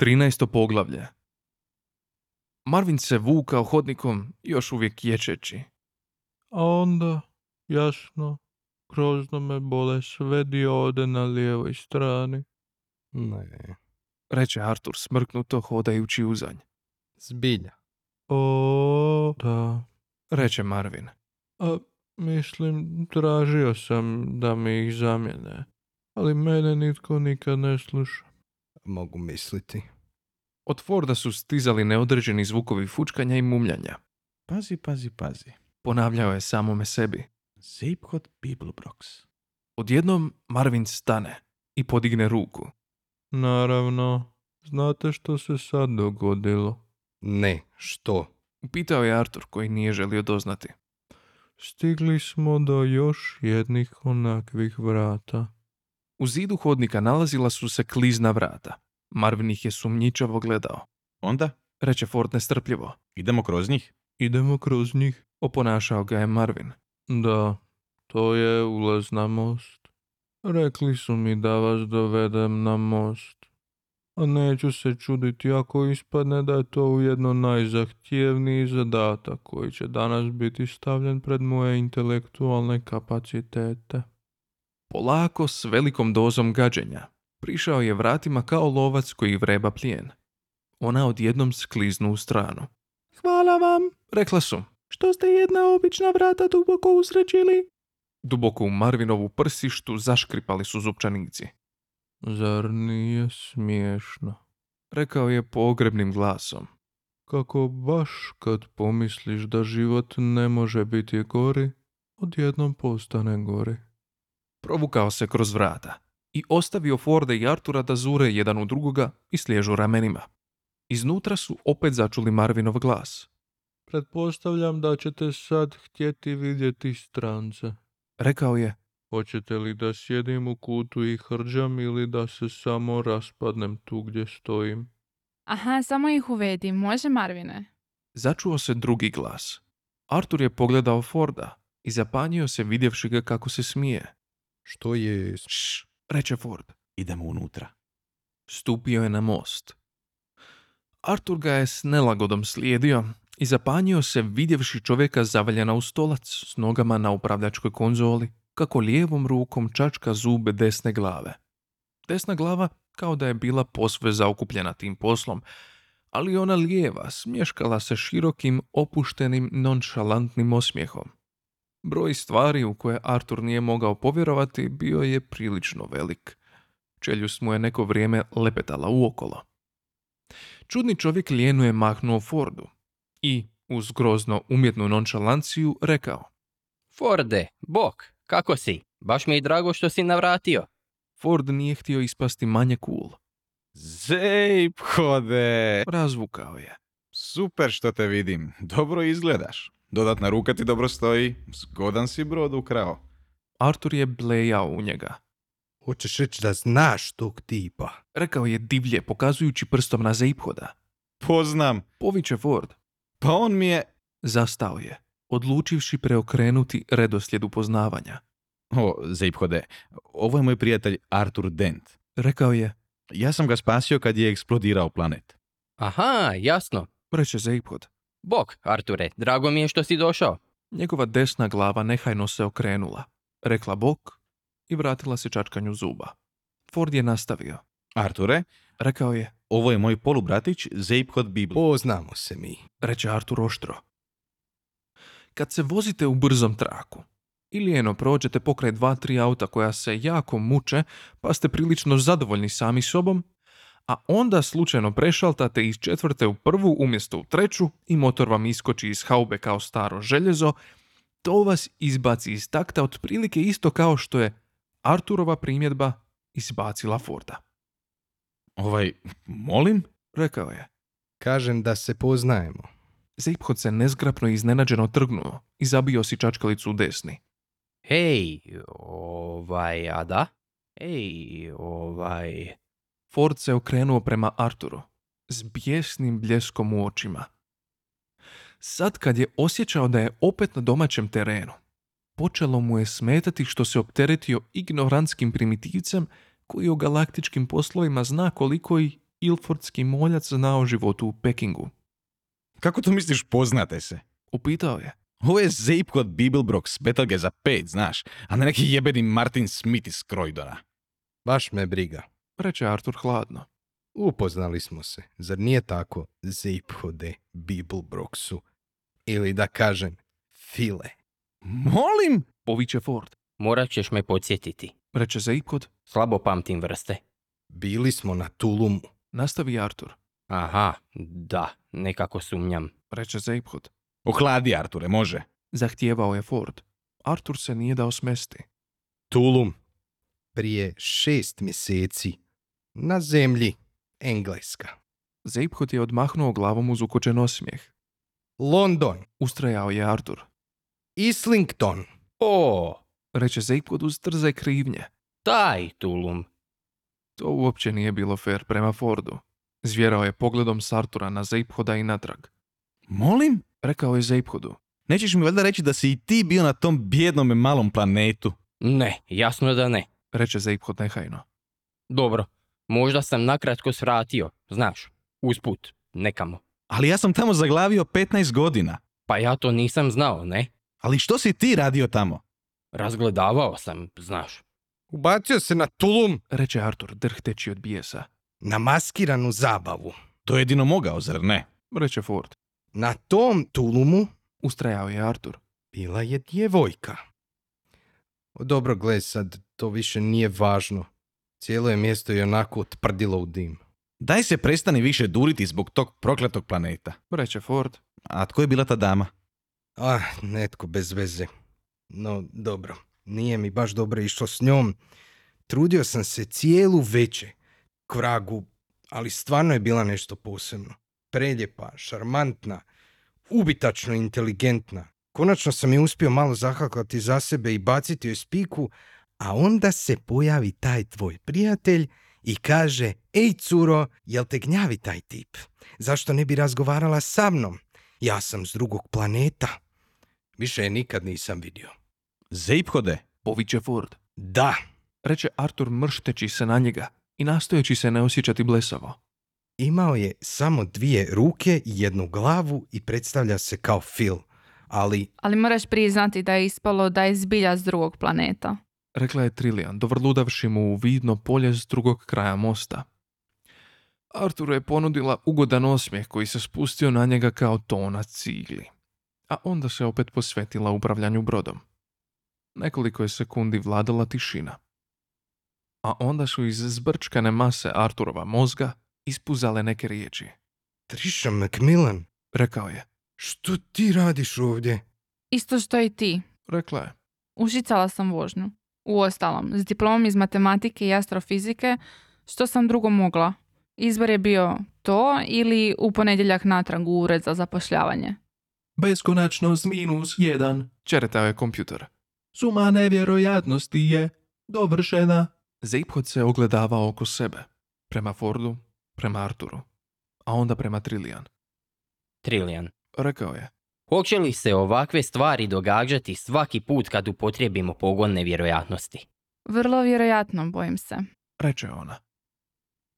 13. poglavlje Marvin se vukao hodnikom, još uvijek ječeći. A onda, jasno, grozno me bole sve diode na lijevoj strani. Ne, Reče Artur smrknuto hodajući uzanj. zbilja. O, da. Reče Marvin. A, mislim, tražio sam da mi ih zamjene. Ali mene nitko nikad ne sluša. Mogu misliti. Od Forda su stizali neodređeni zvukovi fučkanja i mumljanja. Pazi, pazi, pazi. Ponavljao je samome sebi. Zip kod Biblobrox. Odjednom Marvin stane i podigne ruku. Naravno, znate što se sad dogodilo. Ne, što? Upitao je Artur koji nije želio doznati. Stigli smo do još jednih onakvih vrata. U zidu hodnika nalazila su se klizna vrata. Marvin ih je sumnjičavo gledao. Onda Reče Ford nestrpljivo. idemo kroz njih. Idemo kroz njih. Oponašao ga je Marvin. Da, to je ulaz na most. Rekli su mi da vas dovedem na most. A neću se čuditi ako ispadne da je to ujedno najzahtjevniji zadatak koji će danas biti stavljen pred moje intelektualne kapacitete. Polako, s velikom dozom gađenja, prišao je vratima kao lovac koji vreba plijen. Ona odjednom skliznu u stranu. Hvala vam, rekla su. Što ste jedna obična vrata duboko usrećili? Duboko u Marvinovu prsištu zaškripali su zupčanici. Zar nije smiješno? Rekao je pogrebnim glasom. Kako baš kad pomisliš da život ne može biti gori, odjednom postane gori. Provukao se kroz vrata i ostavio Forda i Artura da zure jedan u drugoga i sliježu ramenima. Iznutra su opet začuli Marvinov glas. Pretpostavljam da ćete sad htjeti vidjeti strance. Rekao je, Hoćete li da sjedim u kutu i hrđam ili da se samo raspadnem tu gdje stojim? Aha, samo ih uvedi, može Marvine? Začuo se drugi glas. Artur je pogledao Forda i zapanjio se vidjevši ga kako se smije. Što je... Šš, reče Ford. Idemo unutra. Stupio je na most. Artur ga je s nelagodom slijedio i zapanjio se vidjevši čovjeka zavaljena u stolac s nogama na upravljačkoj konzoli, kako lijevom rukom čačka zube desne glave. Desna glava kao da je bila posve zaokupljena tim poslom, ali ona lijeva smješkala se širokim, opuštenim, nonšalantnim osmijehom. Broj stvari u koje Artur nije mogao povjerovati bio je prilično velik. Čeljus mu je neko vrijeme lepetala uokolo. Čudni čovjek lijeno je mahnuo Fordu i, uz grozno umjetnu nonšalanciju, rekao. Forde, bok, kako si? Baš mi je drago što si navratio. Ford nije htio ispasti manje cool. Zejp hode! Razvukao je. Super što te vidim. Dobro izgledaš. Dodatna ruka ti dobro stoji. Zgodan si brod ukrao. Artur je blejao u njega. Hoćeš reći da znaš tog tipa? Rekao je divlje, pokazujući prstom na zeiphoda. Poznam. Poviće Ford. Pa on mi je... Zastao je, odlučivši preokrenuti redoslijed upoznavanja. O, Zejp hode, ovo je moj prijatelj Artur Dent. Rekao je, Ja sam ga spasio kad je eksplodirao planet. Aha, jasno. reče zeiphod. Bok, Arture, drago mi je što si došao. Njegova desna glava nehajno se okrenula. Rekla bok i vratila se čačkanju zuba. Ford je nastavio. Arture, Rekao je, ovo je moj polubratić Zejp hod Bibli. Poznamo se mi. reče Artur oštro. Kad se vozite u brzom traku i lijeno prođete pokraj dva, tri auta koja se jako muče, pa ste prilično zadovoljni sami sobom, a onda slučajno prešaltate iz četvrte u prvu umjesto u treću i motor vam iskoči iz haube kao staro željezo, to vas izbaci iz takta otprilike isto kao što je Arturova primjedba izbacila Forda. Ovaj, molim? Rekao je, Kažem da se poznajemo. Zeiphod se nezgrapno i iznenađeno trgnuo i zabio si čačkalicu u desni. Hej, ovaj, a da? Ej, ovaj... Ford se okrenuo prema Arturu, s bijesnim bljeskom u očima. Sad kad je osjećao da je opet na domaćem terenu, počelo mu je smetati što se opteretio ignorantskim primitivcem koji o galaktičkim poslovima zna koliko i ilfordski moljac zna o životu u Pekingu? Kako to misliš poznate se? Upitao je. Ovo je Zape kod Bibelbrook, spetal ga je za pet, znaš, a ne neki jebeni Martin Smith iz Croydona. Baš me briga. Reče Artur hladno. Upoznali smo se, zar nije tako Ziphode Bibelbroksu? Ili da kažem, file. Molim? Poviće Ford. Morat ćeš me podsjetiti. Reče Zeipkod. Slabo pamtim vrste. Bili smo na Tulumu. Nastavi Artur. Aha, da, nekako sumnjam. Reče Zeipkod. Ohladi, Arture, može. Zahtijevao je Ford. Artur se nije dao smesti. Tulum. Prije šest mjeseci. Na zemlji. Engleska. Zeiphod je odmahnuo glavom uz ukočen osmijeh. London. Ustrajao je Artur. Islington. O, Reče Zeiphod uz trzaj krivnje. taj Tulum. To uopće nije bilo fair prema Fordu. Zvjerao je pogledom s Artura na Zeiphoda i natrag. Molim? Rekao je Zeiphodu. Nećeš mi valjda reći da si i ti bio na tom bjednom malom planetu? Ne, jasno da ne. Reče Zeiphod nehajno. Dobro, možda sam nakratko svratio, znaš, usput, nekamo. Ali ja sam tamo zaglavio 15 godina. Pa ja to nisam znao, ne? Ali što si ti radio tamo? Razgledavao sam, znaš. Ubacio se na Tulum. Reče Artur drhteći od bijesa. Na maskiranu zabavu. To je jedino mogao, zar ne? Reče Ford. Na tom Tulumu Ustrajao je Artur. bila je djevojka. O, Dobro, gle sad, to više nije važno. Cijelo je mjesto i onako otprdilo u dim. Daj se prestani više duriti zbog tog prokletog planeta. Reče Ford. A tko je bila ta dama? Ah, netko bez veze. No, dobro. Nije mi baš dobro išlo s njom. Trudio sam se cijelu veće k vragu, ali stvarno je bila nešto posebno. Preljepa, šarmantna, ubitačno inteligentna. Konačno sam je uspio malo zahaklati za sebe i baciti joj spiku, a onda se pojavi taj tvoj prijatelj i kaže Ej curo, jel te gnjavi taj tip? Zašto ne bi razgovarala sa mnom? Ja sam s drugog planeta. Više je nikad nisam vidio. Zeiphode. Poviće Ford. Da, Reče Artur mršteći se na njega i nastojeći se ne osjećati blesavo. imao je samo dvije ruke i jednu glavu i predstavlja se kao Phil. Ali Ali moraš priznati da je ispalo da je zbilja s drugog planeta. Rekla je Trilijan, dovrludavši mu u vidno polje s drugog kraja mosta. Arturu je ponudila ugodan osmijeh koji se spustio na njega kao tona cigli. A onda se opet posvetila upravljanju brodom. Nekoliko je sekundi vladala tišina. A onda su iz zbrčkane mase Arturova mozga ispuzale neke riječi. Trisha Macmillan, Rekao je. što ti radiš ovdje? Isto što i ti. Rekla je. Ušicala sam vožnju. Uostalom, s diplomom iz matematike i astrofizike, što sam drugo mogla. Izbor je bio to ili u ponedjeljak natrag u ured za zapošljavanje. Beskonačnost minus jedan. Čeretao je kompjuter. Suma nevjerojatnosti je dovršena. Zeiphod se ogledavao oko sebe. Prema Fordu, prema Arturu. A onda prema Trilijan. Trilijan. Rekao je. Hoće li se ovakve stvari događati svaki put kad upotrijebimo pogon nevjerojatnosti? Vrlo vjerojatno, bojim se. Reče ona.